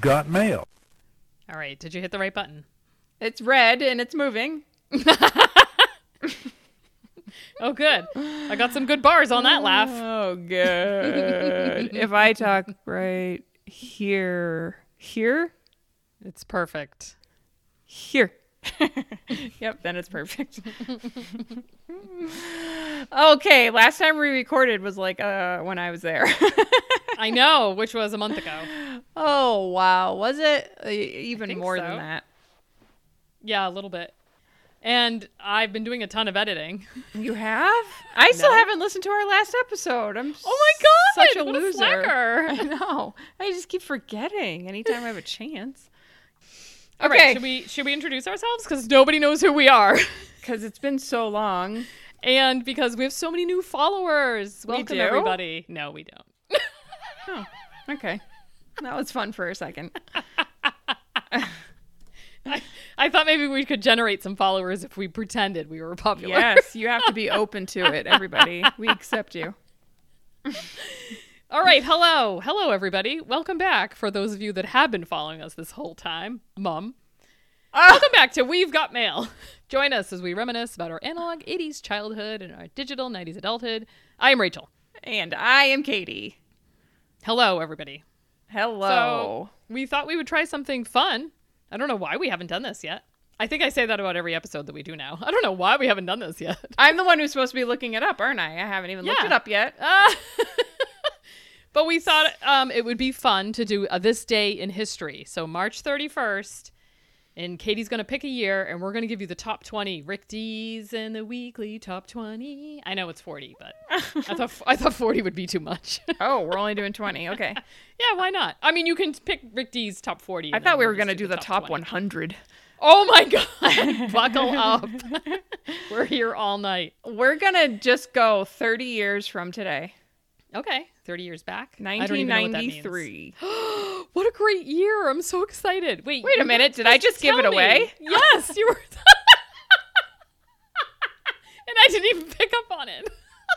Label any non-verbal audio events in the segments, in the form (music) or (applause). got mail. All right. Did you hit the right button? It's red and it's moving. Oh, good. I got some good bars on that laugh. (laughs) Oh, good. if I talk right here, here, (sighs) It's perfect. here. (laughs) yep, then it's perfect. (laughs) okay, last time we recorded was like uh, when I was there. (laughs) I know, which was a month ago. oh, wow. Was it uh, even think more so. than that? Yeah, a little bit. And I've been doing a ton of editing. You have? I still haven't listened to our last episode. I'm Oh my god! such a what loser. slacker. (laughs) I know. I just keep forgetting anytime I have a (laughs) chance. All right, should we should we introduce ourselves because nobody knows who we are, (laughs) because it's been so long. and because we have so many new followers. Welcome do? everybody. No, we don't. (laughs) Okay. That was fun for a second. I, I thought maybe we could generate some followers if we pretended we were popular. Yes, you have to be open to it, everybody. We accept you. All right, hello, hello everybody. Welcome back for those of you that have been following us this whole time, Mum. Welcome back to We've Got Mail. (laughs) Join us as we reminisce about our analog 80s childhood and our digital 90s adulthood. I am Rachel. And I am Katie. Hello everybody. Hello. So we thought we would try something fun. I don't know why we haven't done this yet. I think I say that about every episode that we do now. I don't know why we haven't done this yet. (laughs) I'm the one who's supposed to be looking it up, aren't I? I haven't even looked Yeah. it up yet. Uh, (laughs) but we thought um, it would be fun to do a this day in history. So March 31st, and Katie's going to pick a year, and we're going to give you the top 20 Rick D's in the weekly top 20. I know it's 40, but I thought I thought 40 would be too much. (laughs) Oh, we're only doing 20. (laughs) Okay. yeah, why not? I mean, you can pick Rick D's top 40. I and then thought we we'll were just going to do the top 20. 100. (laughs) Oh my (laughs) god! Buckle up. (laughs) We're here all night. We're going to just go 30 years from today. Okay, thirty years back. I don't even know what that means. (gasps) 1993. (gasps) What a great year! I'm so excited. Wait, Wait you a minute. weren't Did I supposed just to give it tell me. away? (laughs) (laughs) Yes, you were. and I didn't even pick up on it.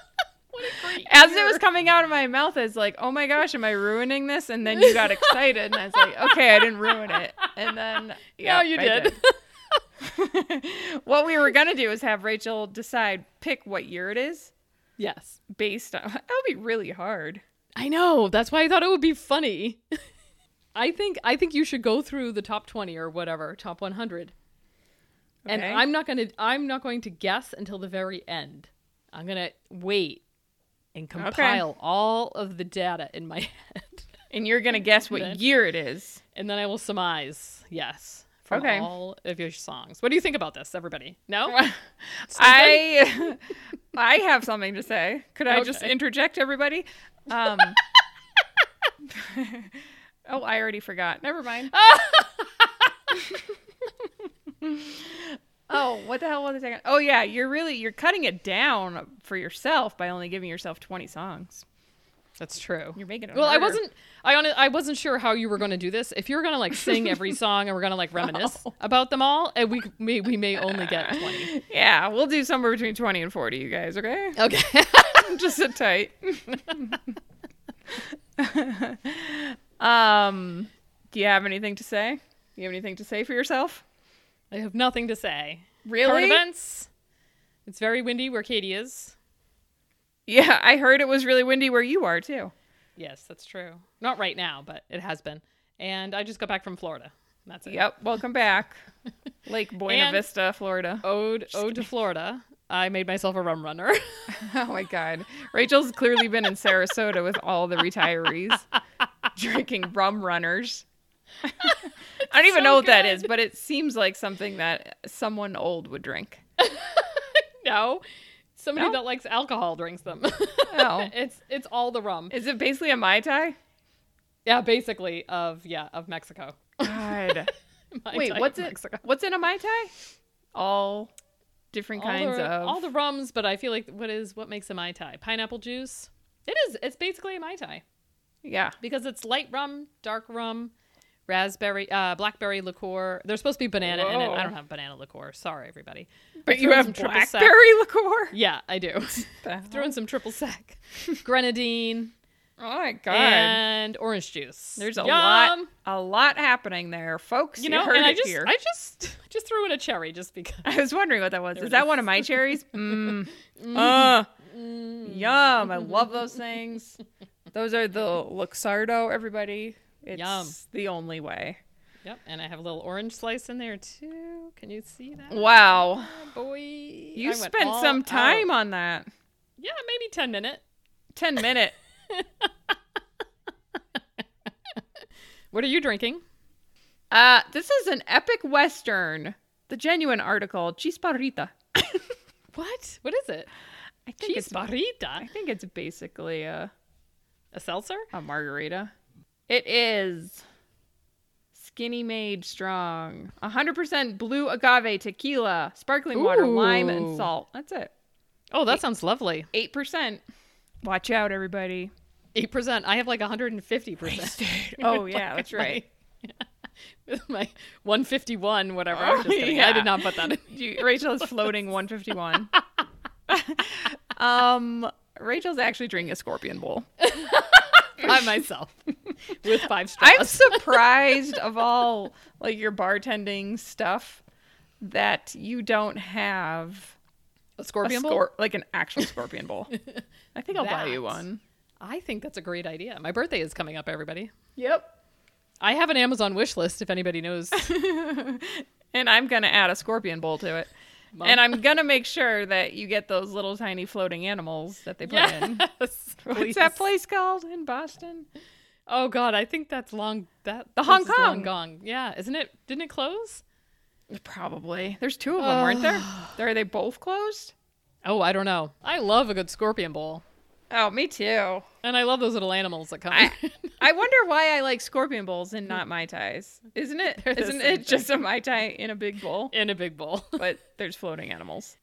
(laughs) what a great As year. it was coming out of my mouth, I was like, oh my gosh, am I ruining this? And then you got excited, and I (laughs) was like, okay, I didn't ruin it. And then, yeah, no, you did. what we were going to do is have Rachel decide, pick what year it is (laughs) yes, based on. (laughs) That would be really hard. I know. That's why I thought it would be funny. (laughs) I think I think you should go through the top twenty or whatever, top one hundred. And Okay. I'm not gonna I'm not going to guess until the very end. I'm gonna wait and compile all of the data in my (laughs) head. And you're going to guess Then- what year it (laughs) is. And then I will surmise, yes, from Okay. all of your songs. What do you think about this, everybody? (laughs) No? I (laughs) I have something to say. Could I just Okay. interject, everybody? Um, (laughs) oh, I already forgot. Never (laughs) mind. oh, what the hell was I second? Oh yeah, you're really you're cutting it down for yourself by only giving yourself 20 songs. That's true. You're making (laughs) it. well, I harder. wasn't. I on, I wasn't sure how you were going to do this. If you were going to like sing (laughs) every song and we're going to like reminisce about them all, and we may, we may only get (laughs) twenty. Yeah, we'll do somewhere between 20 and 40, you guys. Okay, Okay. (laughs) just sit tight. um, do you have anything to say? Do you have anything to say for yourself? I have nothing to say. Really? Current events. It's very windy where Katie is. Yeah, I heard it was really windy where you are too. Yes, that's true. Not right now, but it has been. And I just got back from Florida. That's it. Yep, welcome back, (laughs) Lake Buena And- Vista, Florida. Ode Ode to Florida. I made myself a rum runner. (laughs) (laughs) Oh my God, Rachel's clearly been in Sarasota with all the (laughs) retirees drinking rum runners. I don't even so know what that good. is, but it seems like something that someone old (laughs) would drink. no. Somebody No? that likes alcohol drinks them. Oh. (laughs) it's it's all the rum. Is it basically a mai tai? Yeah, basically of yeah, of Mexico. (laughs) (laughs) God. My Wait, type what's of it? Mexico. What's in a mai tai? All different All kinds the, of. all the rums, but I feel like what is what makes a mai tai? Pineapple juice. It is. It's basically a mai tai yeah. because it's light rum, dark rum, raspberry, uh, blackberry liqueur. There's supposed to be banana in it. Whoa. I don't have banana liqueur. Sorry, everybody. But I you threw in have some triple sec. (laughs) blackberry liqueur. Yeah, I do. Throw in some triple sec, (laughs) grenadine, Oh my god. and orange juice. There's a lot Yum. a lot happening there, folks. You know, heard and I it just here. I just (laughs) just threw in a cherry just because. (laughs) I was wondering what that was. There Is it that is. one of (laughs) my cherries? Mm. Uh, yum. (laughs) I love those things. Those are the Luxardo, everybody. It's Yum. the only way. Yep, and I have a little orange slice in there too. Can you see that? Wow. Boy, You I went spent all some out. time on that. Yeah, maybe ten minutes. (laughs) 10 minute. What are you drinking? Uh, this is an epic Western. The genuine article, Chisparrita. What? What is it? I think Cheese it's I barrita. think it's basically a, A seltzer? a margarita. It is skinny made strong. 100% blue agave tequila, sparkling water, lime, and Ooh. salt. That's it. Oh, that sounds lovely. 8%. Watch out, everybody. Eight percent. I have like hundred and fifty percent. (laughs) Oh, yeah, that's right. With my one fifty one, whatever. I'm just Oh, kidding. I yeah. did not put that in. You- Rachel is floating (laughs) 151. um, Rachel's actually drinking a scorpion bowl. (laughs) I myself (laughs) with five I'm (laughs) straws. surprised of all like your bartending stuff that you don't have A a scorpion bowl? scor- like an actual scorpion (laughs) bowl. I think I'll buy That. you one. I think that's a great idea. My birthday is coming up, everybody. Yep. I have an Amazon wish list if anybody knows. (laughs) And I'm gonna add a scorpion bowl to it. Mom. And I'm gonna make sure that you get those little tiny floating animals that they put (laughs) in. yes. What's please. that place called in Boston? Oh god, I think that's long that The place Hong is long Kong. gone. Yeah, isn't it didn't it close? Probably. There's two of them, weren't there? (sighs) Are they both closed? Oh, I don't know. I love a good scorpion bowl. Oh, me too. And I love those little animals that come. I, in. I wonder why I like scorpion bowls and not mai tais. Isn't it? They're the Isn't same it just a mai tai in a big bowl? (laughs) in a big bowl. (laughs) But there's floating animals.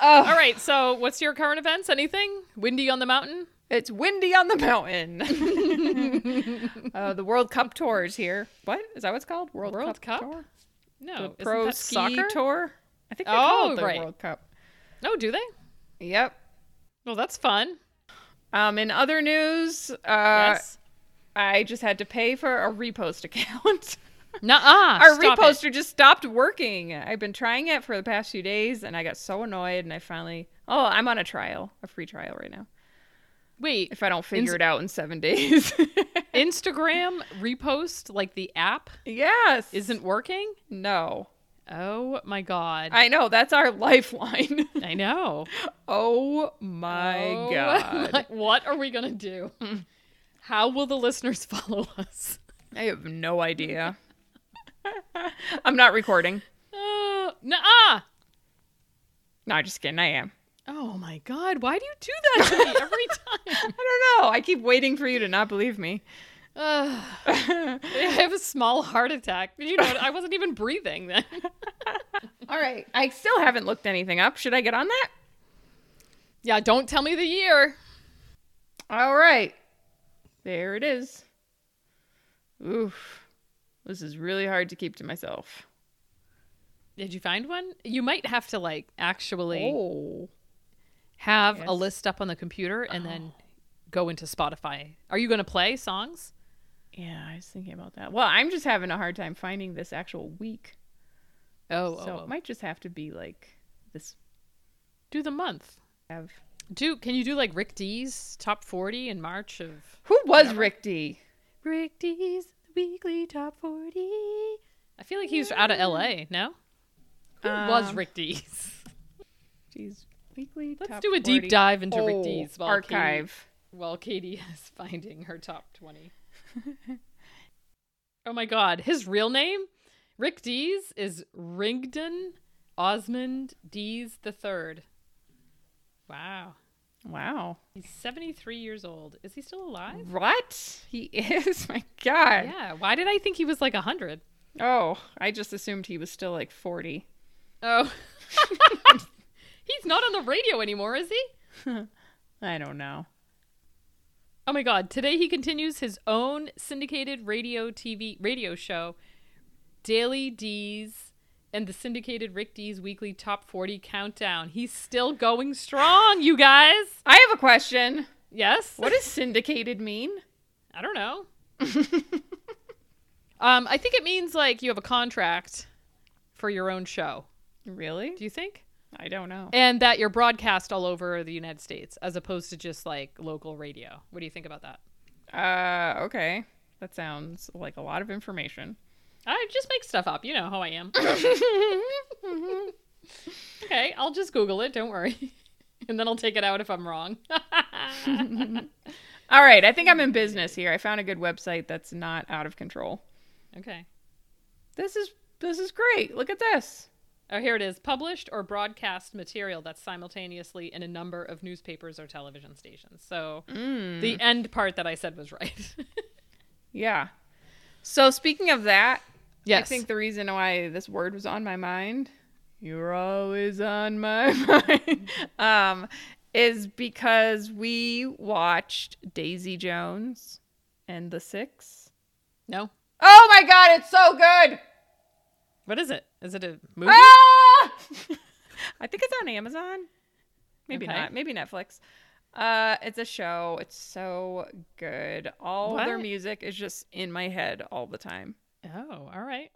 All right, so what's your current events? Anything? Windy on the mountain? It's windy on the (laughs) mountain. (laughs) uh, the World Cup tour is here. What is that? What's called World, World Cup? tour? No, The isn't pro that ski soccer? tour. I think they Oh, call it the right. World Cup. No, do they? Yep. Well, that's fun. Um, in other news, uh, Yes. I just had to pay for a repost account. (laughs) Nuh uh. Our reposter just stopped working. I've been trying it for the past few days, and I got so annoyed. And I finally, oh, I'm on a trial, a free trial right now. Wait, If I don't figure Ins- it out in seven days, (laughs) Instagram repost, like the app, yes, isn't working? no. Oh my God. I, I know that's our lifeline. (laughs) know. oh my Oh (laughs) god, my- what are we going to do? How will the listeners (laughs) follow us? I have no idea. (laughs) I'm not recording. Uh, Nuh uh. No, just kidding. I am. (laughs) Oh my God. Why do you do that to me every time? I don't know. I keep waiting for you to not (laughs) believe me. (laughs) Ugh. I have a small heart attack. You know, I wasn't even breathing then. All right. I still haven't looked anything up. Should I get on that? Yeah, don't tell me the year. All right. There it is. Oof. This is really hard to keep to myself. Did you find one? You might have to like actually Oh. have Yes. Oh. a list up on the computer and then go into Spotify. Are you going to play songs? Yeah, I was thinking about that. Well, I'm just having a hard time finding this actual week. Oh, so oh, oh. it might just have to be like this do the month. have Do can you do like Rick D's top 40 in March of Who was Rick D? Rick D's weekly top 40? I feel like he's out of LA, no? Who was Mm. Um, Rick D's? Geez, weekly. (laughs) Let's top do a deep 40. dive into Rick Oh, D's while Katie- archive. while Katie (laughs) is finding her top 20. (laughs) oh my god, his real name? Rick Dees is Rigdon Osmond Dees the third. Wow. Wow. He's 73 years old. Is he still alive? What? He (laughs) is? My God. Yeah. Why did I think he was like 100? Oh, I just assumed he was still like 40. Oh. (laughs) He's not on the radio anymore, is he? I don't know. Oh my god, today he continues his own syndicated radio TV radio show, Daily D's and the syndicated Rick D's weekly top 40 countdown. He's still going strong, you guys. I have a question. Yes. What does syndicated mean? (laughs) I don't know. um, I think it means like you have a contract for your own show. Really? Do you think? I don't know. And that you're broadcast all over the United States as opposed to just like local radio. What do you think about that? Uh, okay. That sounds like a lot of information. (laughs) I just make stuff up. You know how I am. okay, I'll just Google it. Don't worry. (laughs) And then I'll take it out if I'm wrong. (laughs) All right, I think I'm in business here. I found a good website that's not out of control. okay. This is this is great. Look at this. Oh, here it is. Published or broadcast material that's simultaneously in a number of newspapers or television stations. So Mm, the end part that I said was right. (laughs) Yeah. So speaking of that, yes. I think the reason why this word was on my mind, you're always on my (laughs) mind, um, is because we watched Daisy Jones and the Six. no. Oh my god, it's so good! What is it? Is it a movie? Ah! (laughs) I think it's on Amazon. Maybe Okay. not. Maybe Netflix. Uh, it's a show. It's so good. All their What? music is just in my head all the time. Oh, all right.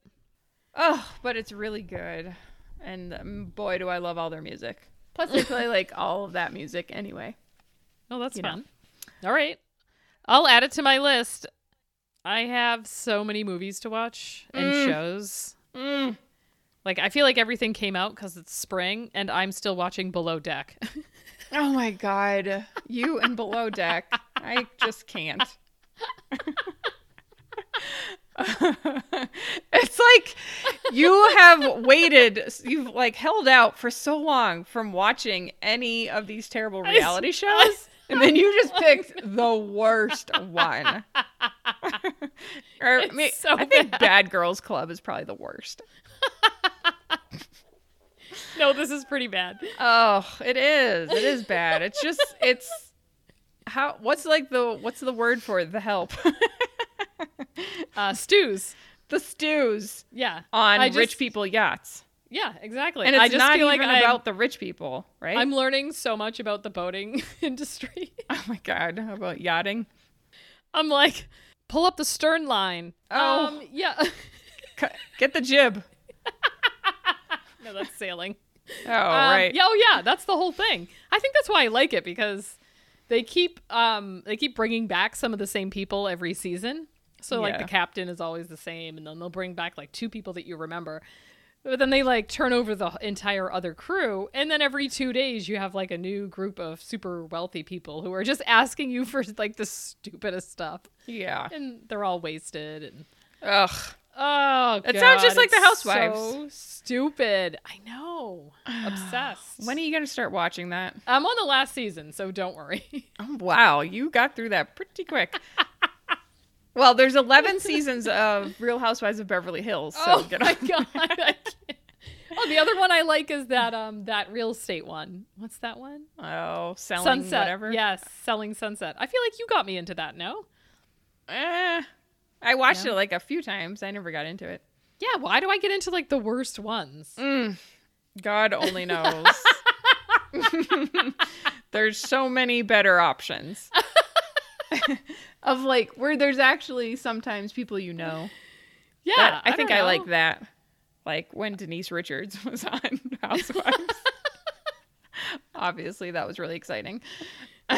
Oh, but it's really good. And um, boy, do I love all their music. Plus, they play like all of that music anyway. Oh, that's You know. fun. All right. I'll add it to my list. I have so many movies to watch and shows. Mm. Like I feel like everything came out cuz it's spring and I'm still watching Below (laughs) Deck. (laughs) Oh my God. You and Below Deck. I just can't. (laughs) it's like you have waited, you've like held out for so long from watching any of these terrible I s- reality I shows. s- And then you just picked the worst (laughs) one. or, I, It's mean, so I think bad. Bad Girls Club is probably the worst. no, this is pretty bad. Oh, it is. It is bad. It's just it's how what's like the what's the word for it? The help. (laughs) Uh stews. the stews Yeah. on I just- rich people yachts. Yeah, exactly. And it's I just not feel even like I'm- about the rich people, (laughs) right? I'm learning so much about the boating (laughs) industry. oh my god, how about yachting? I'm like, pull up the stern line. Oh. Um, yeah. (laughs) Cut- Get the Um, jib. no, that's sailing. Oh, Um, right. Yeah, oh yeah, that's the whole thing. I think that's why I like it because they keep um they keep bringing back some of the same people every season. So like Yeah. the captain is always the same, and then they'll bring back like two people that you remember. But then they like turn over the entire other crew, and then every two days you have like a new group of super wealthy people who are just asking you for like the stupidest stuff, Yeah. and they're all wasted. And Ugh. oh, It sounds just God, like The it's Housewives. So stupid. I know. Obsessed. (sighs) When are you gonna start watching that? I'm on the last season, so don't worry. (laughs) Oh, wow, you got through that pretty (laughs) quick. well, there's 11 seasons of Real Housewives of Beverly Hills. So oh get my (laughs) on. god! I can't. Oh, the other one I like is that um that real estate one. What's that one? Oh, selling sunset. whatever. Yes, selling sunset. I feel like you got me into that. No. Eh, I watched Yeah. it like a few times. I never got into it. Yeah. Why do I get into like the worst ones? God (laughs) only knows. there's so many better options. (laughs) of like where there's actually sometimes people you know. Yeah. That- I, think don't I know. like that. Like when Denise Richards (laughs) was on Housewives. (laughs) Obviously, that was really exciting. So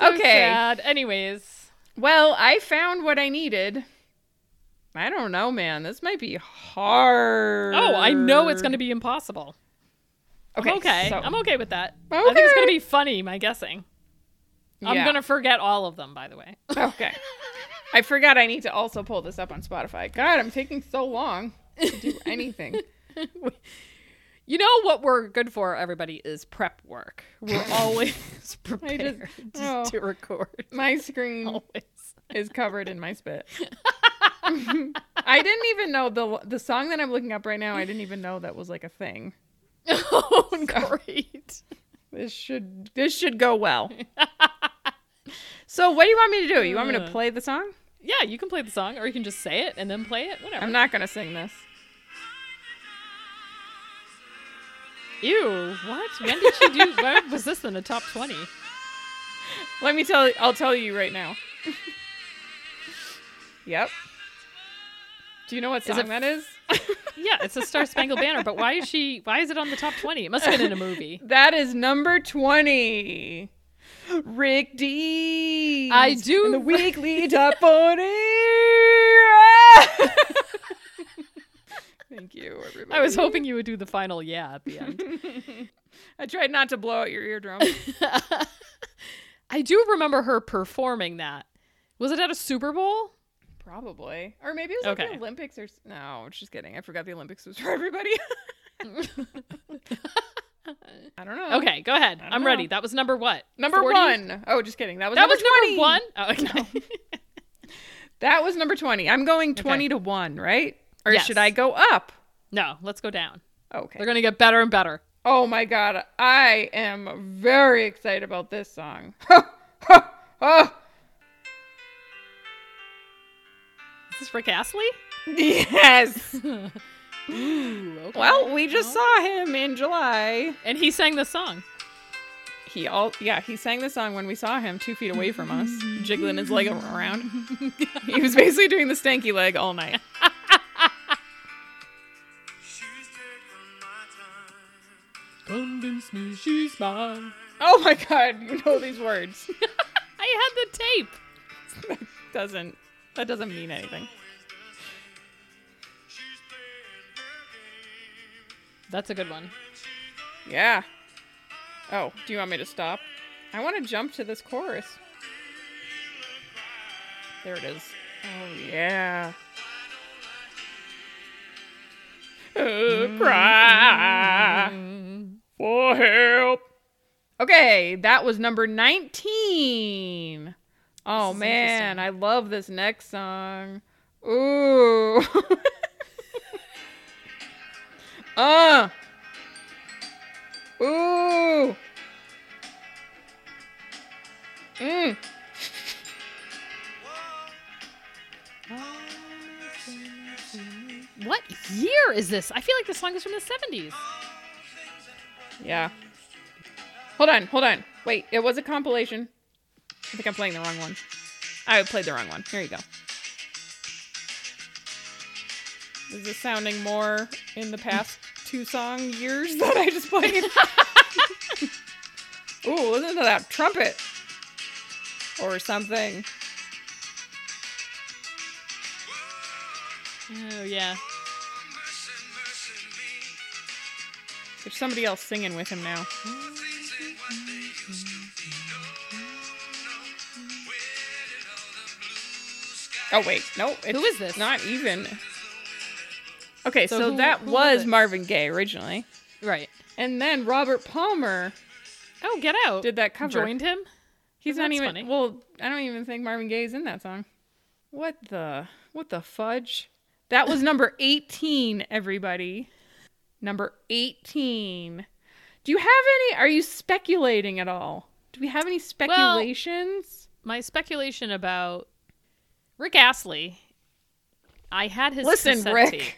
Okay. sad. Anyways. (laughs) Well, I found what I needed. I don't know, man. This might be hard. Oh, I know it's going to be impossible. Okay. okay. so- I'm okay with that. I think it's going to be funny. My guessing. I'm Yeah. going to forget all of them. By the (laughs) way. Okay. I forgot I need to also pull this up on Spotify. God, I'm taking so long to do anything. You know what we're good for, everybody, is prep work. (laughs) We're always (laughs) prepared to- oh. to (laughs) record. (laughs) My screen Always. is covered in my spit. (laughs) I didn't even know the the song that I'm looking up right now. I didn't even know that was like a thing. Oh, great. This should this should go well. so, what do you want me to do? You want me to Ugh. play the song? Yeah, you can play the song, or you can just say it and then play it. Whatever. I'm not going to sing this. Ew, what? When did she (laughs) do? when was this in the top 20? Let me tell. I'll tell you (laughs) right now. yep. Do you know what it song that is? (laughs) Yeah, it's a Star Spangled Banner, but why is she? Why is it on the top 20? It must have been in a (laughs) movie. That is number twenty. Rick D. I do- (laughs) in the weekly top forty. Thank you, everybody. I was hoping you would do the final yeah at the (laughs) end. I tried not to blow out your (laughs) eardrum. I do remember her performing that. Was it at a Super (laughs) Bowl? Probably, or maybe it was like Okay. the Olympics or s- no. Just kidding. I forgot the Olympics was for everybody. (laughs) I don't know. Okay, go ahead. don't I'm ready. know. That was number what? Number 40? one. Oh, just kidding. That was That number was number 20. one. Oh, (laughs) okay. That was number twenty. I'm going twenty to one, right? Or Yes. should I go up? (laughs) No, let's go down. Okay. They're gonna get better and better. Oh my god, I am very excited about this song. (laughs) oh. Is this Rick Astley? Yes. Ooh, okay. Well, we just saw him in July. and he sang the song. He all yeah, he sang the song when we saw him two feet away from us, jiggling his leg (laughs) around. he was basically doing the stanky leg all (laughs) night. She's taken my time. Convince me she's mine. Oh my god, you know these words. I had the tape. (laughs) doesn't that doesn't mean anything. Always the same. She's playing her game. That's a good one. When she goes Yeah. Oh, do you want me to stop? I want to jump to this chorus. There it is. Oh, yeah. Uh, Mm-hmm. cry for help. Okay, that was number 19. Oh, This is man, interesting. I love this next song. Ooh. (laughs) uh. Ooh. Mm. What year is this? I feel like this song is from the 70s. Yeah. Hold on, hold on. Wait, it was a compilation. I think I'm playing the wrong one. I played the wrong one. Here you go. Is this sounding more in the past two song years that I just (laughs) played? (laughs) Ooh, listen to that trumpet. Or something. Oh, yeah. mercy, mercy me. There's somebody else singing with him now. Things ain't what they used to be. No, no. Where did all the blue skies Oh wait, no, it's Who is this? Not even. Okay, so, So who- that who was was it? Marvin Gaye originally, Right. and then Robert Palmer Oh, get out. did that cover. Joined him? He's not That's even. funny. Well, I don't even think Marvin Gaye's in that song. What the what the fudge? That was number eighteen, everybody. Number eighteen. Do you have any? Are you speculating at all? Do we have any speculations? (laughs) My speculation about Rick Astley. I had his Listen, cassette Rick. (laughs) tape,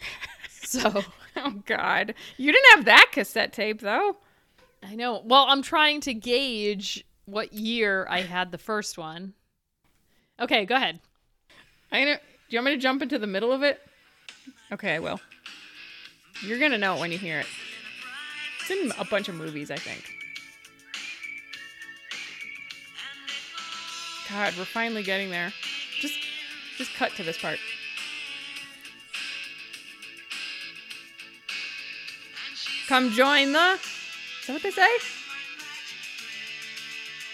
so Oh God, you didn't have that cassette tape though. I know. Well, I'm trying to gauge what year I had the first one. Okay, go ahead. I know. Do you want me to jump into the middle of it? Okay, I will. You're gonna know it when you hear it. It's in a bunch of movies, I think. God, we're finally getting there. Just, just cut to this part. Come join the. Is that what they say?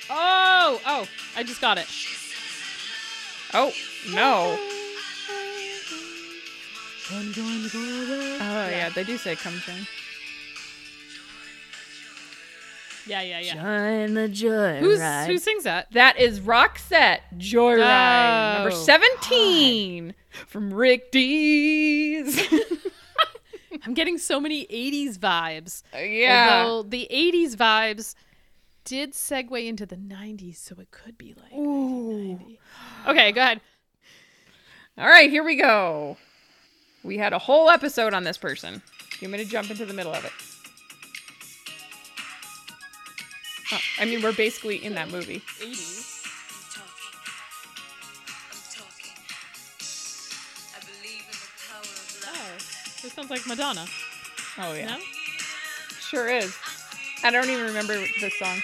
Oh, oh, I just got it. Oh (laughs) no! Oh yeah, they do say come join. Yeah, yeah, yeah. Join the joy Who's ride. who sings that? (laughs) That is Roxette Joyride, number Oh, 17 from Rick D's. (laughs) I'm getting so many 80s vibes. yeah. Although the 80s vibes did segue into the 90s, so it could be like. Ooh. Okay, go ahead. All right, here we go. We had a whole episode on this person. You want me to jump into the middle of it? Uh, I mean, we're basically in that movie. 80s. I'm talking. I'm talking. I believe in the power of love. Oh, this sounds like Madonna. Oh yeah, No? sure is. I don't even remember this song.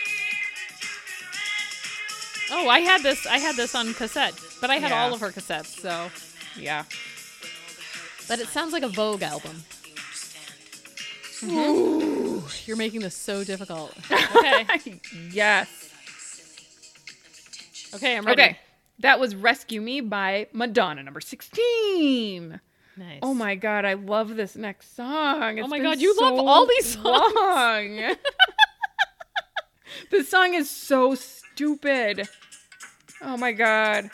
Oh, I had this. I had this on cassette, but I had Yeah. all of her cassettes. So, Yeah. but it sounds like a Vogue album. You understand? Ooh, you're making this so (laughs) difficult. Okay, Mm-hmm. yes. okay, I'm ready. Okay. That was Rescue Me by Madonna, number 16. nice. Oh my god, I love this next song. It's my been God, you love so all these songs. long. (laughs) this song is so stupid. Oh my god.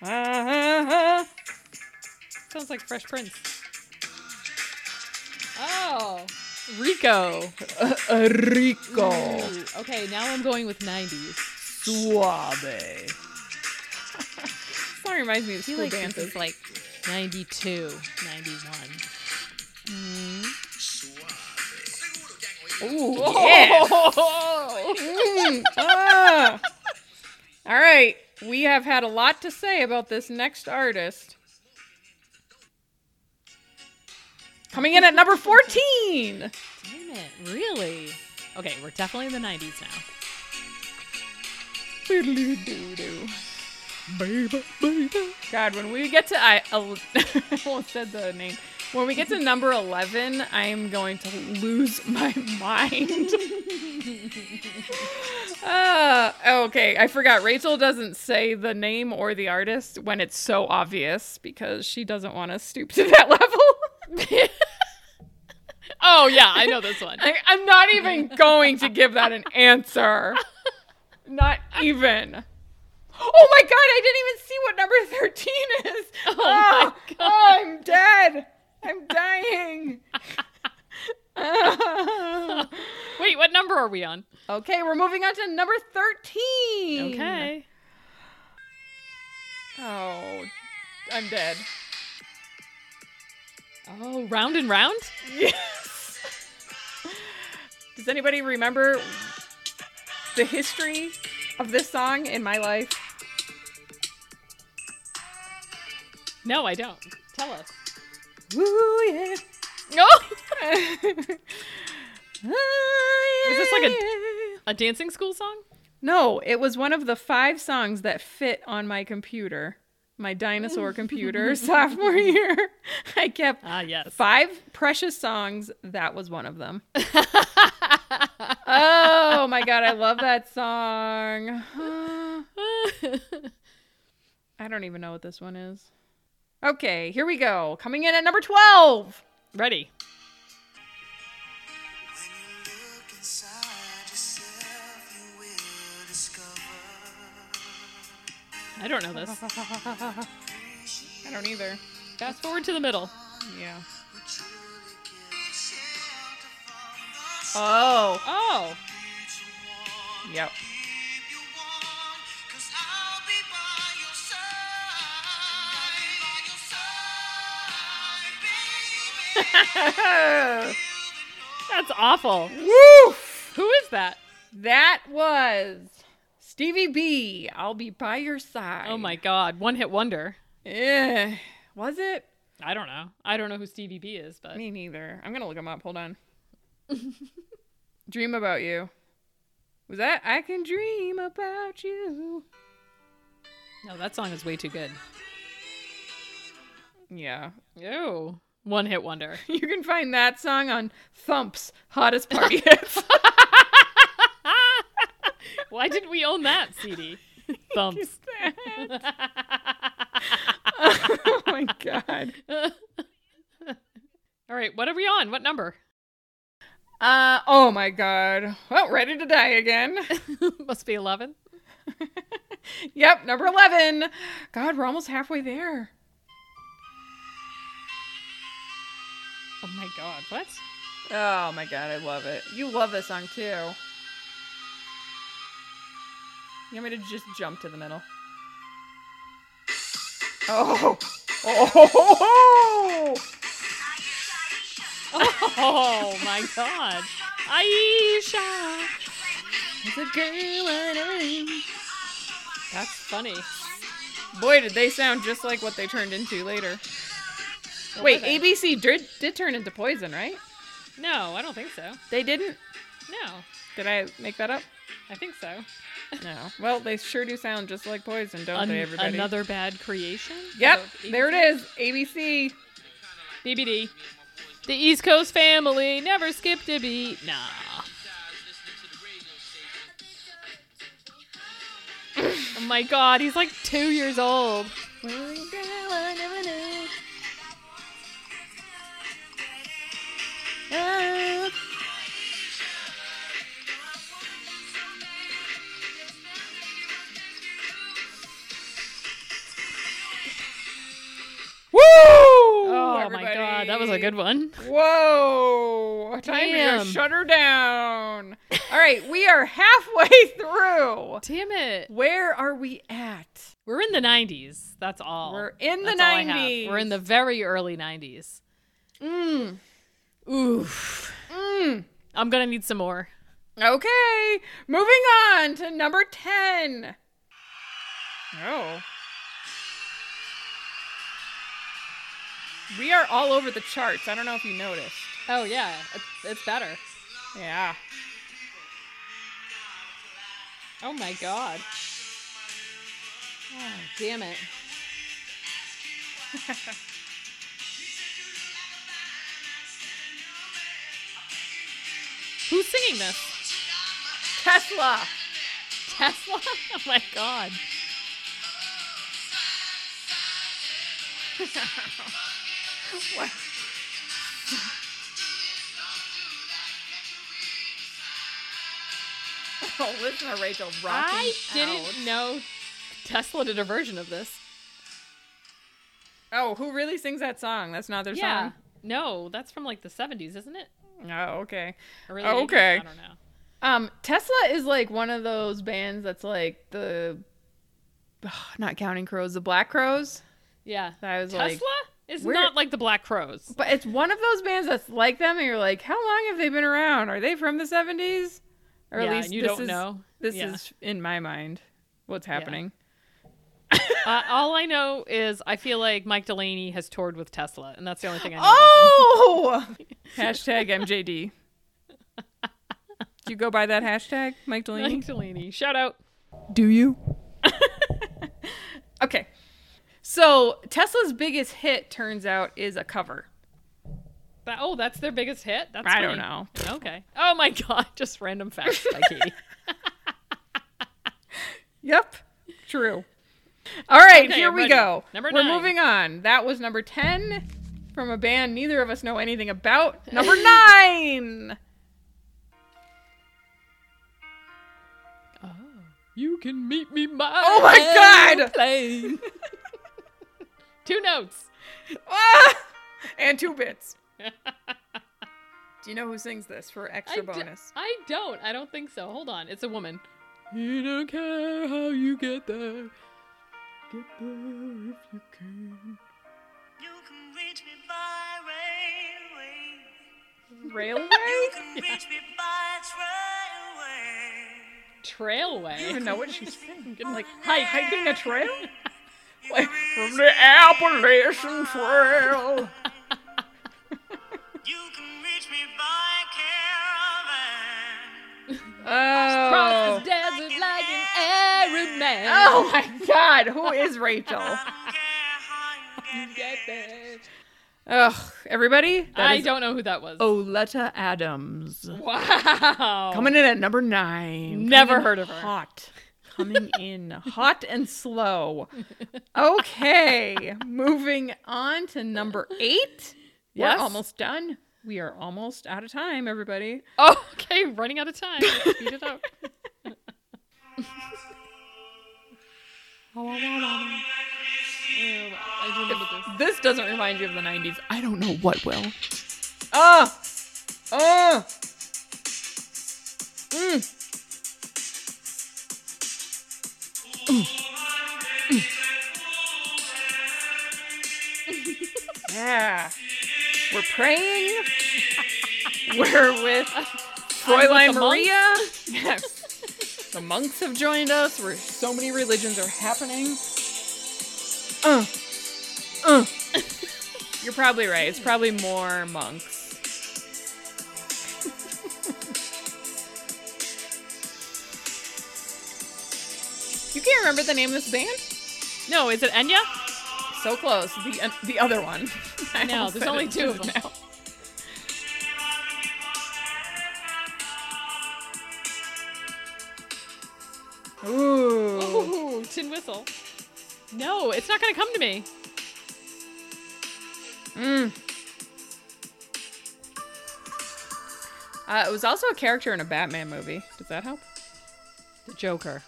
Ah, sounds like Fresh Prince. Oh, Rico. uh, uh, rico, Ooh, Okay, now I'm going with 90s. (laughs) (laughs) suave. song reminds me of He school like dances. dances like 92, 91. Ooh, yeah. (laughs) Mm, ah. All right. We have had a lot to say about this next artist. Coming in at number 14. Damn it, really? Okay, we're definitely in the 90s now. Baby, baby. God, when we get to I, el- (laughs) I almost said the name. When we get to number 11, I am going to lose my (laughs) mind. uh, okay, I forgot. Rachel doesn't say the name or the artist when it's so obvious because she doesn't want to stoop (laughs) to that level. Oh, yeah, I know this one. I, I'm not even (laughs) going to give that an answer. Not even. Oh my god, I didn't even see what number 13 (laughs) is. Oh, my God. oh, I'm dead. I'm dying. Ah. (laughs) (laughs) Wait, what number are we on? okay, we're moving on to number 13. Okay. Oh, I'm dead. Oh, round and round? Yes. Does anybody remember the history of this song in my life? No, I don't. Tell us. Ooh, yeah. (laughs) No. Is this like a dancing school song? Oh, No, it was one of the five songs that fit on my computer, my dinosaur computer, (laughs) sophomore year. (laughs) I kept Ah, yes. five precious songs. That was one (laughs) of them. oh my god, I love that song. (laughs) (gasps) I don't even know what this one is. Okay, here we go. Coming in at number 12. Ready. When you look inside yourself, you will discover. I don't know this. I don't either. Fast forward to the middle. Yeah. Keep Oh. Oh. (laughs) Yep. you warm, cause I'll be by your side. By your side, baby. (laughs) That's awful. Woof! Who is that? That was Stevie B. I'll be by your side. Oh my god. One hit wonder. Eh. Was it? I don't know. I don't know who Stevie B is, but Me neither. I'm gonna look him up. Hold (laughs) on. dream about you. Was that I can dream about you? no, that song is way too good. Yeah. (laughs) Ew. One hit (laughs) wonder. You can find that song on Thump's hottest (laughs) party hits. Why didn't we own that (laughs) CD? Thumps. (laughs) oh my (laughs) god. (laughs) All right, what are we on? What number? Uh oh my god. Well, ready to die again. (laughs) Must be 11. yep, number 11. God, we're almost halfway there. Oh my god, (laughs) what? Oh my god, I love it. You love this song too. You want me to just jump to the middle? Oh! Oh! Oh my god. Aisha. It's a girl and I'm- That's funny. Boy, did they sound just like what they turned into later. Wait, they? ABC did, did turn into poison, right? No, I don't think so. They didn't? No, Did I make that up? I think so. No. Well, they sure do sound just like poison, don't An- they, everybody? another bad creation? Yep, Of there it is. ABC. BBD. The East Coast family never skipped a beat. Nah. oh my god, he's like two years old. Woo! Oh my god, that was a good one. Whoa! Time to Damn. to shut her down. (laughs) All right, we are halfway (laughs) through. Damn it. Where are we at? We're in the 90s. That's all. We're in the That's all I have. 90s. We're in the very early 90s. Mm. Oof. Mm. I'm going to need some more. Okay, moving on to number 10. Oh. We are all over the charts. I don't know if you noticed. Oh, yeah. It's, it's better. Yeah. Oh my god. Oh, damn it. Who's singing this? Tesla. Tesla? (laughs) Oh my god. What? (laughs) oh, listen to Rachel rocking. I didn't out. know Tesla did a version of this. Oh, who really sings that song? That's not their yeah. No, that's from like the 70s, isn't it? song. Oh, okay. Or early Oh, 80s? okay. I don't know. Um, Tesla is like one of those bands that's like the (sighs) not counting crows, the black crows. Yeah. I was Tesla like, is where- not like the Black Crows. but it's one of those bands that's like them, and you're like, how long have they been around? Are they from the seventies? Or yeah, at least and you this don't is, know. This Yeah. is in my mind what's happening. Uh, all I know is I feel like Mike Delaney has toured with Tesla, and that's the only thing I know. Oh, (laughs) hashtag MJD. Do you go by that hashtag, Mike about him. Delaney? Mike Delaney, shout out. Do you? (laughs) okay. So Tesla's biggest hit turns out is a cover. That, oh, that's their biggest hit. That's I don't funny. know. Okay. Oh my god, (laughs) just random (laughs) facts by Katie. Yep. True. All right, Okay, here I'm we ready. go. Number We're nine. moving on. That was number 10 from a band neither of us know anything about. Number (laughs) 9. you can meet me by Oh my God! airplane. (laughs) Two notes. Ah! And two bits. (laughs) Do you know who sings this for I extra d- bonus? I don't. I don't think so. Hold on. It's a woman. You don't care how you get there. Get there if you can. You can reach me by railway. (laughs) Railway? You can reach me by trailway. I don't Trailway. know what she's singing. Getting, Like (laughs) like, hiking a trail? Like from the Appalachian Trail. You can reach me by caravan. Cross Oh. this desert like an Arab man. Oh my God! Who is (laughs) Rachel? I don't care how you get here. Ugh! Everybody, that I is don't know who that was. Oletta Adams wow. Oh. coming in at number nine. Coming Never in heard of her. Hot, coming in hot and slow. Okay, moving on to number eight. Yes. We're almost done. We are almost out of time, everybody. Oh, okay, running out of time. Let's speed it (laughs) up. Ew, I do remember this. Oh, This doesn't remind you of the '90s. I don't know what will. Ah, ah. Mm. Yeah. We're praying. (laughs) We're with I'm with Fräulein (laughs) the monks. Maria. Yes. The monks have joined us. Where so many religions are happening. Uh, uh. (laughs) You're probably right. It's probably more monks. you can't remember the name of this band? No, is it (laughs) Enya? So close. The uh, the other one. (laughs) I know, almost there's said only it two of just (laughs) them. now. Ooh. Ooh, tin whistle. No, it's not gonna come to me. Mm. Uh, it was also a character in a Batman movie. Does that help? The Joker.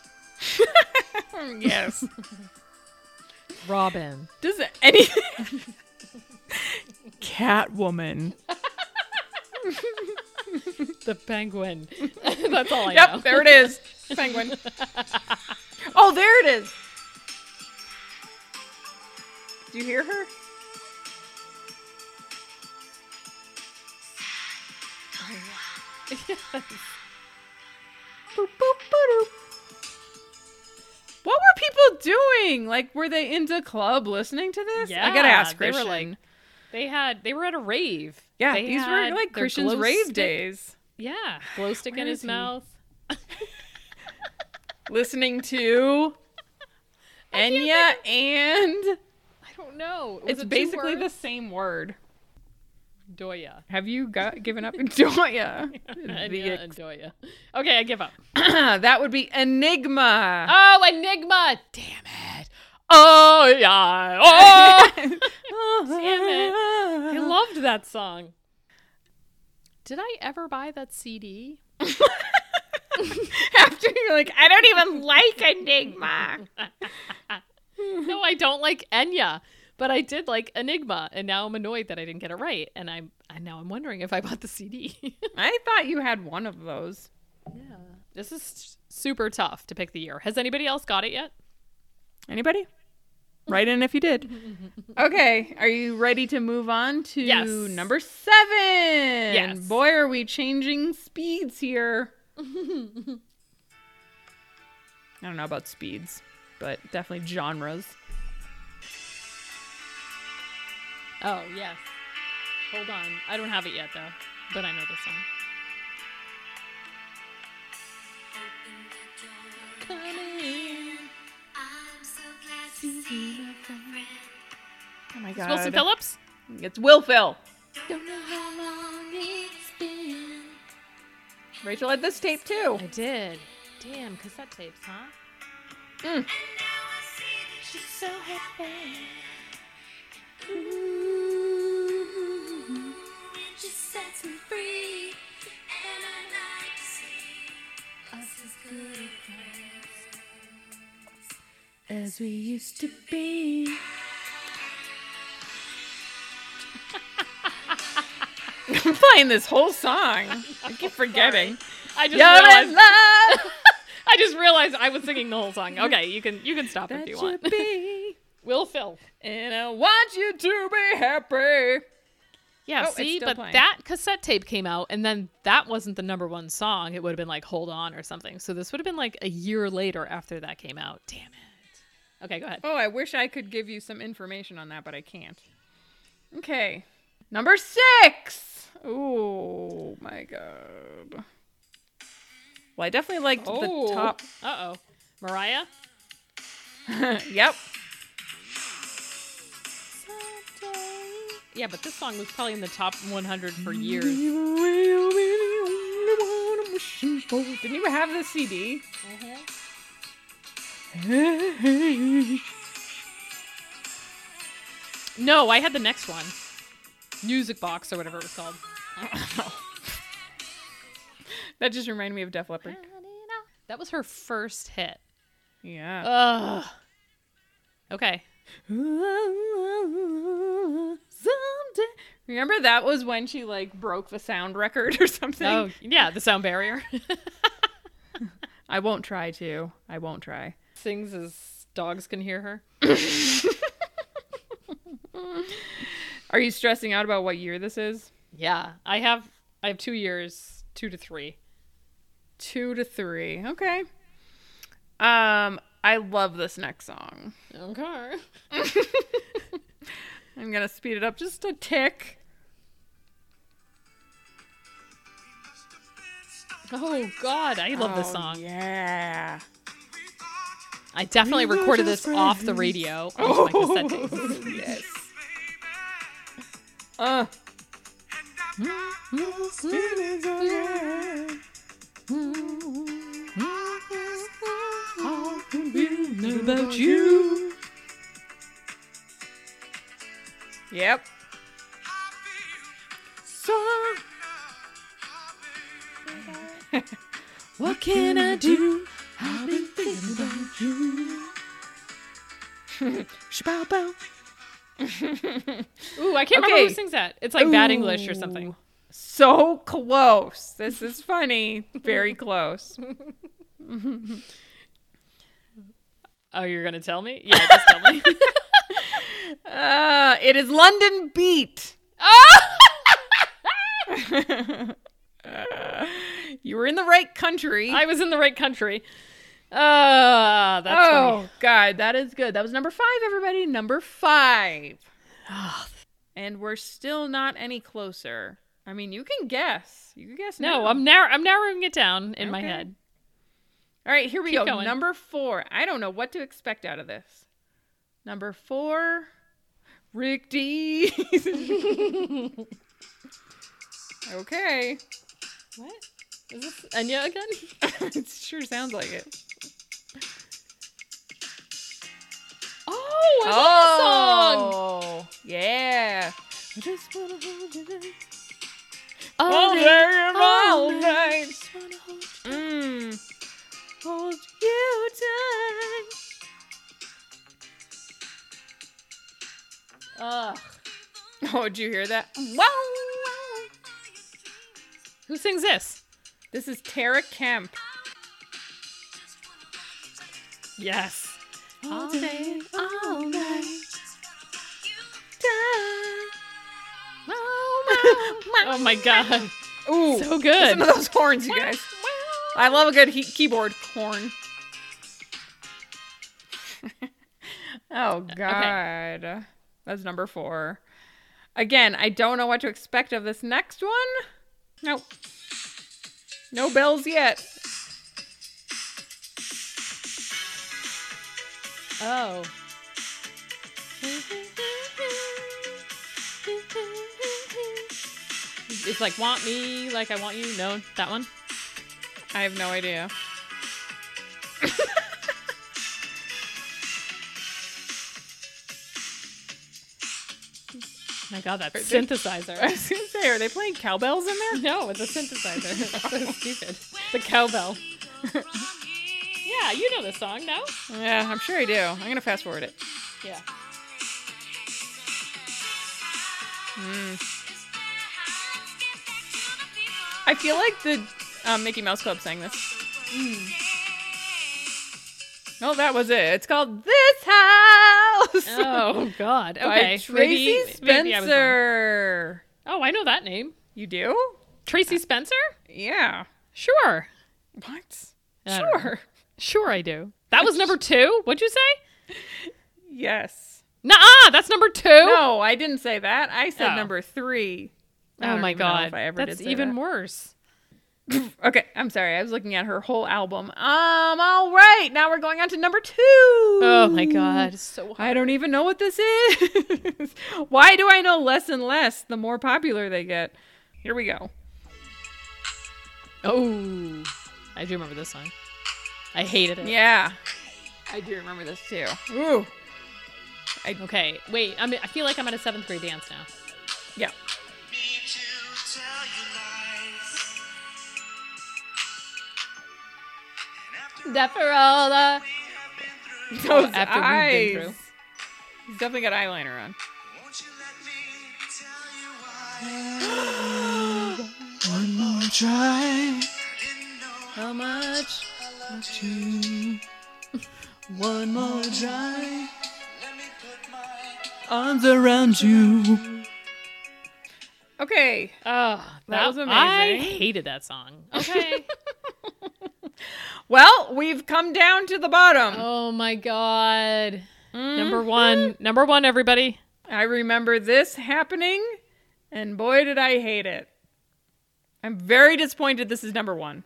yes. Robin. Does it (laughs) any Catwoman? The (laughs) penguin. (laughs) That's all I Yep, know. there it (laughs) is. Penguin. oh, there it is. Do you hear her? Boop, boop, boop. (laughs) What were people doing? Like, were they into club listening to this? I gotta Yeah, ask they were, Christian. like, They had they were at a rave. yeah, They these were had like their Christian's glow rave stick- days. Yeah. Glow stick Where in his is he? mouth. Listening to Enya and I don't know. Was it's it two basically the words? same word. (laughs) Doya. Have you got given up (laughs) Doya? (laughs) Enya and Doya. Okay, I give up. (clears throat) that would be Enigma. Oh, Enigma! Damn it. Oh yeah. (laughs) (laughs) Oh Damn I loved that song. Did I ever buy that (laughs) CD? After you're like, I don't even like Enigma. No, I don't like Enya, but I did like Enigma, and now I'm annoyed that I didn't get it right, and I'm and now I'm wondering if I bought the CD. (laughs) I thought you had one of those. yeah, this is s- super tough to pick the year. Has anybody else got it yet? Anybody? Write in if you (laughs) did. Okay, are you ready to move on to Yes. number seven? Yes. Boy, are we changing speeds (laughs) here. I don't know about speeds, but definitely genres. Oh yes. Hold on, I don't have it yet though, but I know this song. I'm so glad to see you, friend. Oh my It's god. Wilson Phillips. It's Will Phil. Don't know how long it's been. Rachel had this tape too. I did. Damn cassette tapes, huh? And now I see that she's so happy. Ooh, it just sets me free. And I like to see us as good of friends as we used to be. (laughs) I'm playing this whole song. (laughs) I keep forgetting. I just You're in realized. (laughs) love. I just realized I was singing the whole (laughs) song. Okay, you can you can stop if That you should want. (laughs) be. Will Phil. (laughs) And I want you to be happy. Yeah, Oh, it's see, still but playing. that cassette tape came out, and then that wasn't the number one song. It would have been like "Hold On" or something. So this would have been like a year later after that came out. Damn it. Okay, go ahead. Oh, I wish I could give you some information on that, but I can't. Okay. Number six. Oh my god. Well, I definitely liked the top. (laughs) Uh oh. Mariah. yep. Yeah, but this song was probably in the top 100 for years. Didn't you have the CD? Mm-hmm. No, I had the next one. Music box or whatever it was called. That just reminded me of Def Leppard. Uh-huh. That was her first hit. Uh, Yeah. Ugh. Okay. Remember that was when she like broke the sound record (laughs) or something. Oh, yeah, the sound barrier. (laughs) I won't try to. I won't try. Sings as dogs can hear her. Are you stressing out about what year this is? Yeah, I have I have 2 years, 2 to 3. Two to three. Okay. Um, I love this next song. Okay. (laughs) I'm gonna speed it up just a tick. Oh God, I love this Oh, song. Yeah. I definitely were recorded just this off the friends. radio. onto my Oh, cassette (laughs) tape. yes. Uh. Hmm. about you. Yep. What can I do? I've been thinking about you. Ooh, I can't remember who Okay. sings that. It's like bad English or something. Ooh. So close. This is funny. (laughs) Very close. Oh, you're gonna tell me? Yeah, just tell (laughs) me. Uh, it is London (laughs) Beat. you were in the right country. I was in the right country. uh, Ah, that's oh funny. God, that is good. That was number five, everybody. (sighs) Number five. and we're still not any closer. I mean, you can guess. You can guess. No, now. I'm narrow- I'm narrowing it down in my Okay. head. All right, here we Keep go. going. Number four. I don't know what to expect out of this. Number four, (laughs) Rick Dees. (laughs) okay. (laughs) What is this? Enya again? (laughs) it sure sounds like it. Oh, I love this song. Oh. yeah. I just wanna hold you down. All All day day, and all all night. night. Just wanna hold you- Mm. Hold you tight. Ugh. (laughs) Oh, did you hear that? Wow. Who sings this? This is Tara Kemp. Yes. All day, all night. Oh my god. (laughs) Ooh, So good. Listen to those horns, you guys. I love a good he- keyboard horn. (laughs) oh God, that's number four. Again, I don't know what to expect of this next one. Nope. No bells yet. Oh. It's like want me like I want you. No, that one. (laughs) I have no (laughs) idea. Oh My god, that synthesizer. (laughs) I was gonna say, are they playing cowbells in there? no, it's a synthesizer. (laughs) That's so stupid. The cowbell. (laughs) Yeah, you know the song, no? Yeah, I'm sure I do. I'm gonna fast forward it. Yeah. I feel like the um, Mickey Mouse Club sang this. Mm. No, that was it. It's called This House (laughs) Oh god. (laughs) by Okay. Tracy Maybe- maybe I was wrong. Spencer. oh, I know that name. you do? Tracy Spencer? Yeah. Uh, Sure. What? I don't know. Sure. Sure I do. That was number 2. What'd you say? Yes. Nah, that's number Oh 2. No, I didn't say that. I said Oh. number three. I Oh don't my even know god. if I ever That's did say even that. worse. Okay, I'm sorry. I was looking at her whole album. Um, all right. Now we're going on to number two. Oh my god. It's so hard. I don't even know what this is. (laughs) Why do I know less and less the more popular they get? Here we go. Oh. I do remember this song. I hated it. Yeah. I do remember this too. Ooh. Okay. Wait, I mean I feel like I'm at a 7th grade dance now. Yeah. That (laughs) for all the Those after we've been eyes. He's definitely got eyeliner on. (gasps) How much? (laughs) One more try. Arms around you. Okay. Oh, that, was I amazing. hated that song. Okay. Well, we've come down to the bottom. (laughs) Oh my god. Mm-hmm. Number one. Number one, everybody. I remember this happening, and boy, did I hate it. I'm very disappointed this is number one.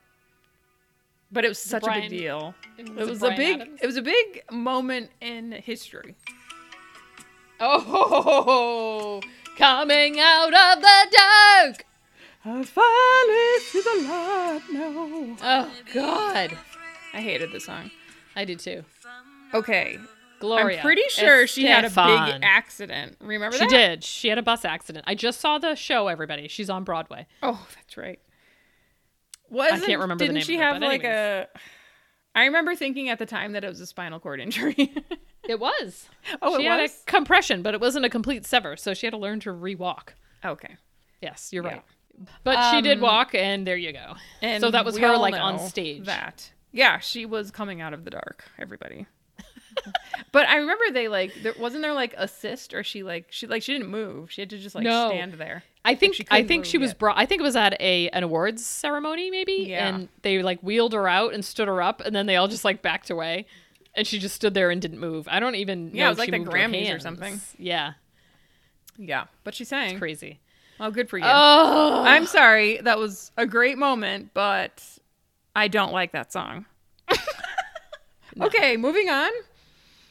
But it was such a Brian- big deal. it It was a was a Brian big Adams? it was a big moment in history. (laughs) Oh, coming out of the dark. I finally see the light now. Oh god. I hated this song. I did too. Okay. Gloria. I'm pretty sure she had a Estefan. big accident. Remember She that? did. She had a bus accident. I just saw the show, everybody. She's on Broadway. Oh, that's right. Wasn't, can't remember the Didn't name she of it, have but like a? I remember thinking at the time that it was a spinal cord injury. (laughs) It was. oh, she it had was. a compression, but it wasn't a complete sever, so she had to learn to rewalk. okay. Yes, you're Yeah. Um, right. But she did walk, and there you go. And so that was we her, all like on know stage. That yeah, she was coming out of the dark. Everybody. (laughs) but I remember they like there wasn't there like assist or she like she like she didn't move. She had to just like No. stand there. I think she I couldn't think she move was yet. brought. I think it was at a an awards ceremony, maybe. Yeah. And they like wheeled her out and stood her up, and then they all just like backed away, and she just stood there and didn't move. I don't even. Yeah, know if it was like she the moved her Grammys or hands. something. Yeah, Yeah, but she sang. crazy. Oh, good for you. Oh, I'm sorry. That was a great moment, but I don't like (laughs) that song. Okay, moving on.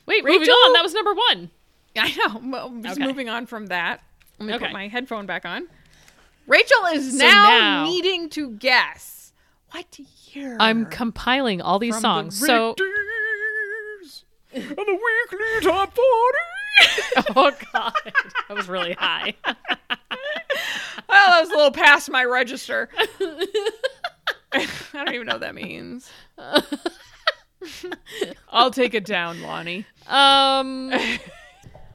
wait, moving Rachel- on. That was number one. I know. (laughs) well, I'm just Okay. moving on from that. I'm gonna Okay. put my headphone back on. Rachel is So now, now- needing to guess what year. I'm compiling all these songs. The So, Richters and the weekly top forty. (laughs) oh god, that was really high. well, that was a little past my (laughs) register. I don't even know what that means. (laughs) I'll take it down, Lonnie. Um,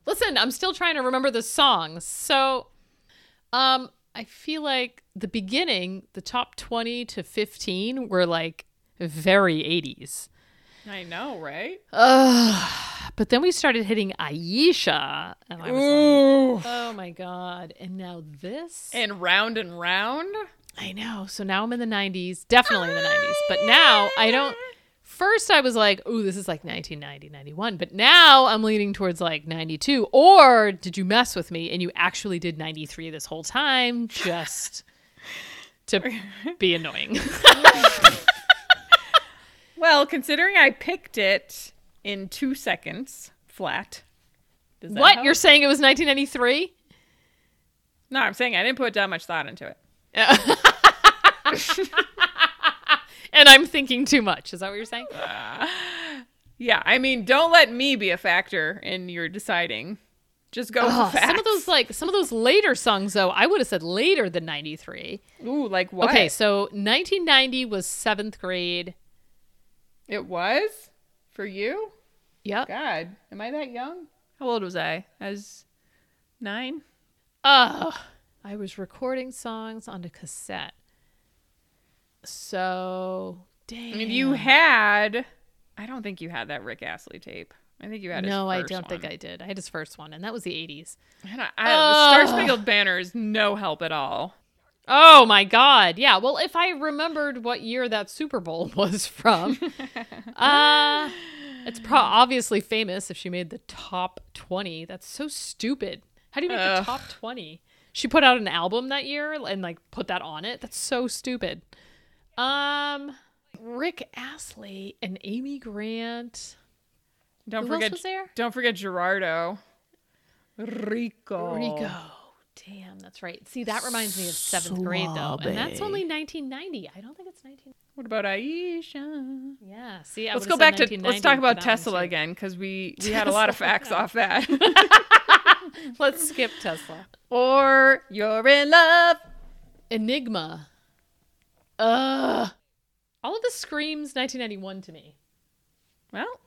listen, I'm still trying to remember the songs. So, um, I feel like the beginning, the top 20 to 15 were like very 80s. I know, right? Ugh. But then we started hitting Aisha, and I was like, Ooh. "Oh my god!" And now this, And round and round. I know. So now I'm in the 90s, definitely in the 90s. But now I don't. First, I was like, ooh, this is like 1990, 91. But now I'm leaning towards like 92. Or did you mess with me and you actually did 93 this whole time just (laughs) to be annoying? Well, considering I picked it in two seconds flat. Does that what? help? You're saying it was 1993? No, I'm saying I didn't put that much thought into it. (laughs) And I'm thinking too much. Is that what you're saying? Yeah, I mean, don't let me be a factor in your deciding. Just go. with Ugh, Oh, facts. some of those like some of those later songs though, I would have said later than 93. Ooh, like what? Okay, so 1990 was 7th grade. It was for you. Yep. God, am I that young? How old was I? I was nine. Oh, I was recording songs on a cassette. So, dang. And you had. I don't think you had that Rick Astley tape. I think you had. His no, I first don't think one. I did. I had his first one, and that was the 80s. And I, I, the Star Ugh. Spangled Banner is no help at all. Oh my God. Yeah. Well, if I remembered what year that Super Bowl (laughs) was (laughs) from, uh, it's pro- obviously famous if she made the top 20. That's so stupid. How do you make the Ugh. top 20? She put out an album that year and like put that on it. That's so stupid. Um, Rick Astley and Amy Grant. Don't Who forget. else was there? Don't forget Gerardo. Rico. Rico. Damn, that's right. See, that reminds me of seventh grade though, and that's only 1990. I don't think it's 19. What about Aisha? Yeah. See, I Let's would've go said back to 1990 let's talk for about that one, Tesla too. again because we (laughs) we had a lot of facts off that. Let's skip Tesla. or you're in love. Enigma. Ugh. All of this screams 1991 to me. Well,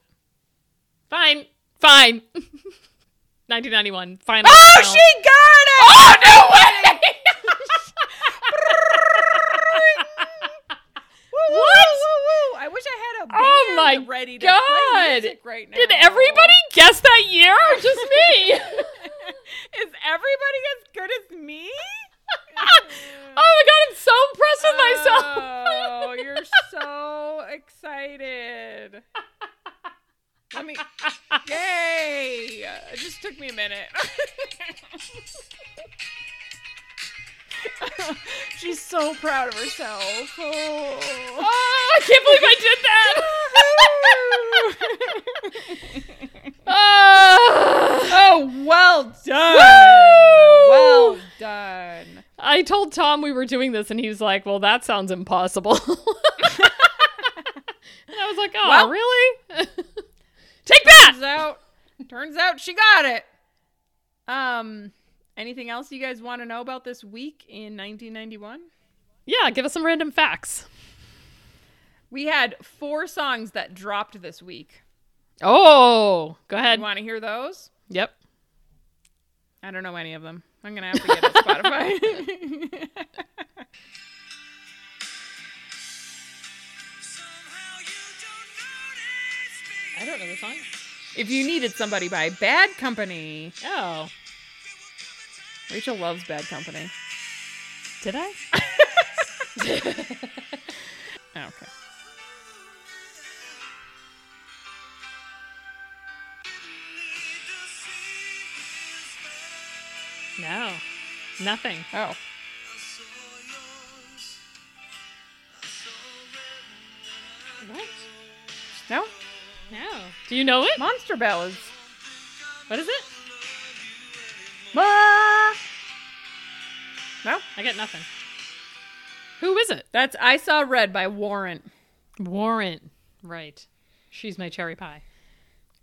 Fine. Fine. (laughs) 1991. Fine. oh, I'll- she got it. Oh no way! Woo, (laughs) What? woo, Woo, woo, woo. I wish I had a band Oh my ready to God. play music right now. Did everybody guess that year or Oh, just me? (laughs) (laughs) Is everybody as good as me? oh my god, I'm so impressed with myself. Oh, you're so excited. (laughs) It just took me a minute. (laughs) She's so proud of herself. Oh. Oh, I (laughs) can't believe I did that. (laughs) Ah. (laughs) oh, well done. Woo! Well done. I told Tom we were doing this, and he was like, "Well, that sounds impossible." (laughs) and I was like, "Oh, Well- really? (laughs) Take that!" Turns out, turns out she got it. Um, anything else you guys want to know about this week in 1991? Yeah, give us some random facts. We had four songs that dropped this week. Oh, go ahead. You want to hear those? Yep. I don't know any of them. I'm gonna have to get a Spotify. I don't know the song. if you needed somebody by Bad Company, Oh, Rachel loves Bad Company. did (laughs) I? Oh, okay. No, nothing. Oh, What? no, No. Do you know it? Monster Ballads. What is it? Ma- No, I get nothing. Who is it? that's I Saw Red by Warrant. Warren. Right. She's my cherry pie.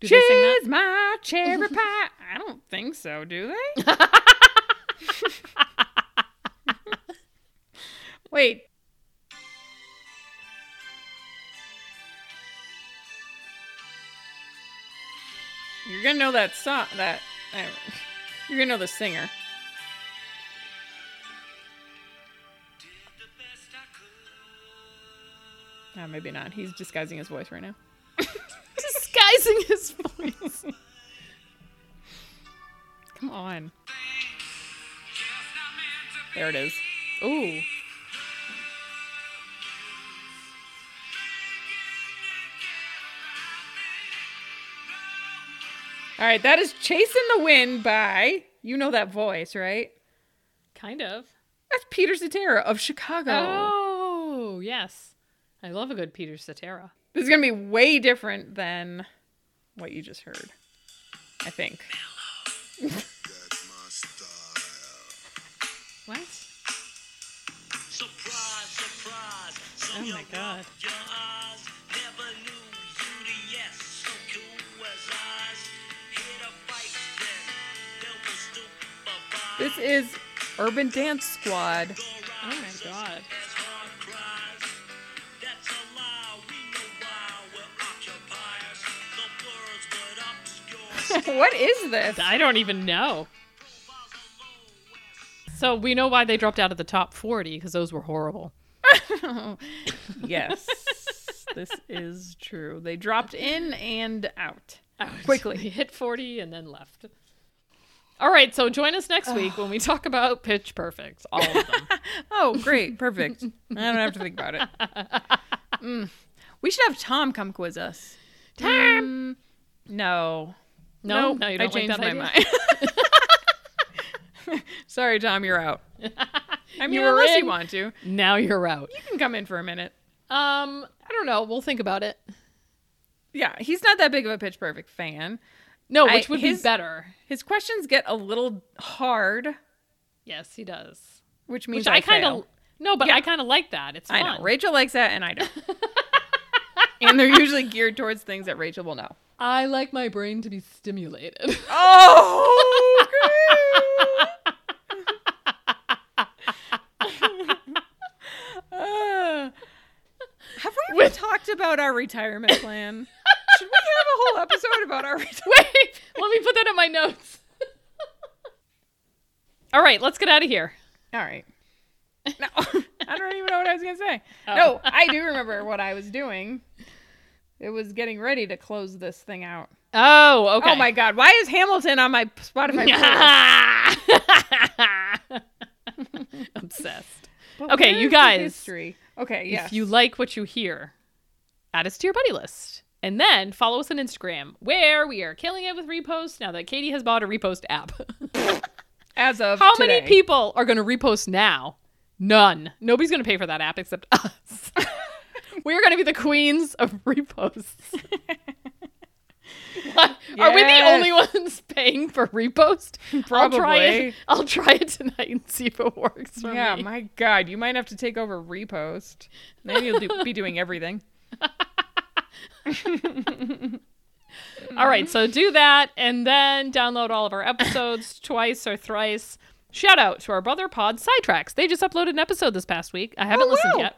Do She's they sing that? my cherry pie. (laughs) I don't think so, do (laughs) they? Wait. You're gonna know that song. That I- you're gonna know the singer. Oh, maybe not. He's disguising his voice right now. Disguising his (laughs) voice. Come on. There it is. Ooh. All right, that is Chasing the Wind by, you know that voice, right? Kind of. That's Peter Cetera of Chicago. Oh, yes. I love a good Peter Cetera. This is going to be way different than what you just heard, I think. What? Surprise, surprise. Oh my god. Your eyes never knew you the yes, so cool as eyes. Hit a bike then, there was stupefied. This is Urban Dance Squad. (laughs) Oh my god. As hard cries, that's a lie. (laughs) We know why we're occupiers. The words would obscure. what is this? I don't even know. So we know why they dropped out of the top 40 because those were horrible. yes, this is true. They dropped in and out. Quickly. hit 40 and then left. All right, so join us next week (sighs) when we talk about Pitch Perfect. All of (laughs) them. Oh, great. Perfect. I don't have to think about (laughs) it. Mm. We should have Tom come quiz us. Tom! No. No, Nope, no, you don't I changed like that my idea? (laughs) mind. Sorry, Tom, you're out. I mean, were unless in. you want to. You Now you're out. can come in for a minute. Um, I don't know. We'll think about it. Yeah, he's not that big of a Pitch Perfect fan. No, I- which would his- be better. His questions get a little hard, Yes, he does. which Which means I kind of no, but Yeah. I kind of like that. It's fun. I know. Rachel likes that, and (laughs) I don't. and they're usually geared towards things that Rachel will know. I like my brain to be (laughs) stimulated. Oh, Uh, have we ever talked about our retirement (laughs) plan? Should we have a whole episode about our retirement? Wait, let me put that in my notes. (laughs) All right, let's get out of here. (laughs) All right. No, I don't even know what I was gonna say. Oh. No, I do remember what I was doing. It was getting ready to close this thing out. Oh, okay. Oh my god, why is Hamilton on my (laughs) Spotify? playlist? (laughs) Obsessed. But Okay, where you is the guys, History. Okay, yeah. If you like what you hear, add us to your buddy list. And then follow us on Instagram, where we are killing it with reposts now that Katie has bought a repost app. (laughs) As of How today. many people are going to repost now? None. Nobody's going to pay for that app except (laughs) us. We're going to be the queens of (laughs) reposts. Are we the Yes. only ones paying for repost? I'll try it. Probably. I'll try it tonight and see if it works for Yeah, me. my God, you might have to take over repost. Maybe you'll do, be doing everything. All right, so do that and then download all of our (laughs) episodes twice or thrice. Shout out to our brother pod Sidetracks. They just uploaded an episode this past week. I haven't Oh, listened wow. yet.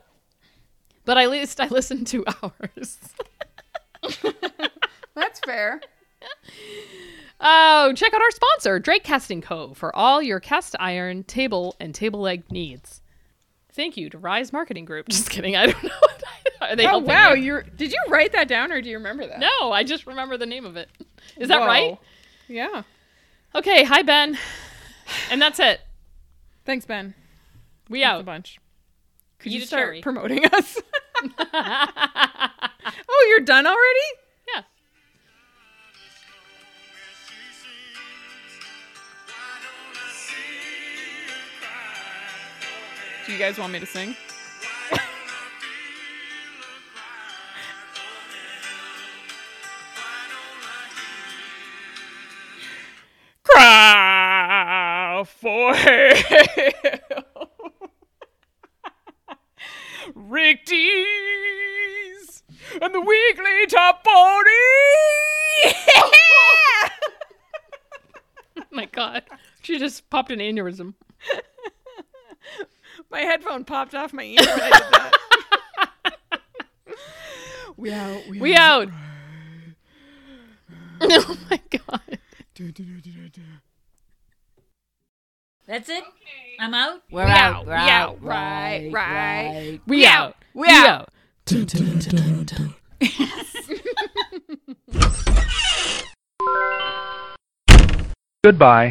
But at least I listened to (laughs) ours. (laughs) That's fair. Oh, check out our sponsor, Drake Casting Co. for all your cast iron, table, and table leg needs. Thank you to Rise Marketing Group. (laughs) Just kidding. I don't know. Are they Oh helping wow, you? you're did you write that down or do you remember that? No, I just remember the name of it. Is that Whoa. right? Yeah. Okay, hi Ben. And that's it. Thanks, Ben. We a (laughs) out. bunch. Could Eat you a start cherry. promoting (laughs) us? oh, you're done already? Yeah. Do you guys want me to sing? Cry for help. Rick D's and the weekly top 40. my god. She just popped an aneurysm. My headphone popped off my ear when I did that. we out. (laughs) We, We out. oh my god. That's it. I'm out. We're out, we're out, Right. Right. We out. We out. Goodbye.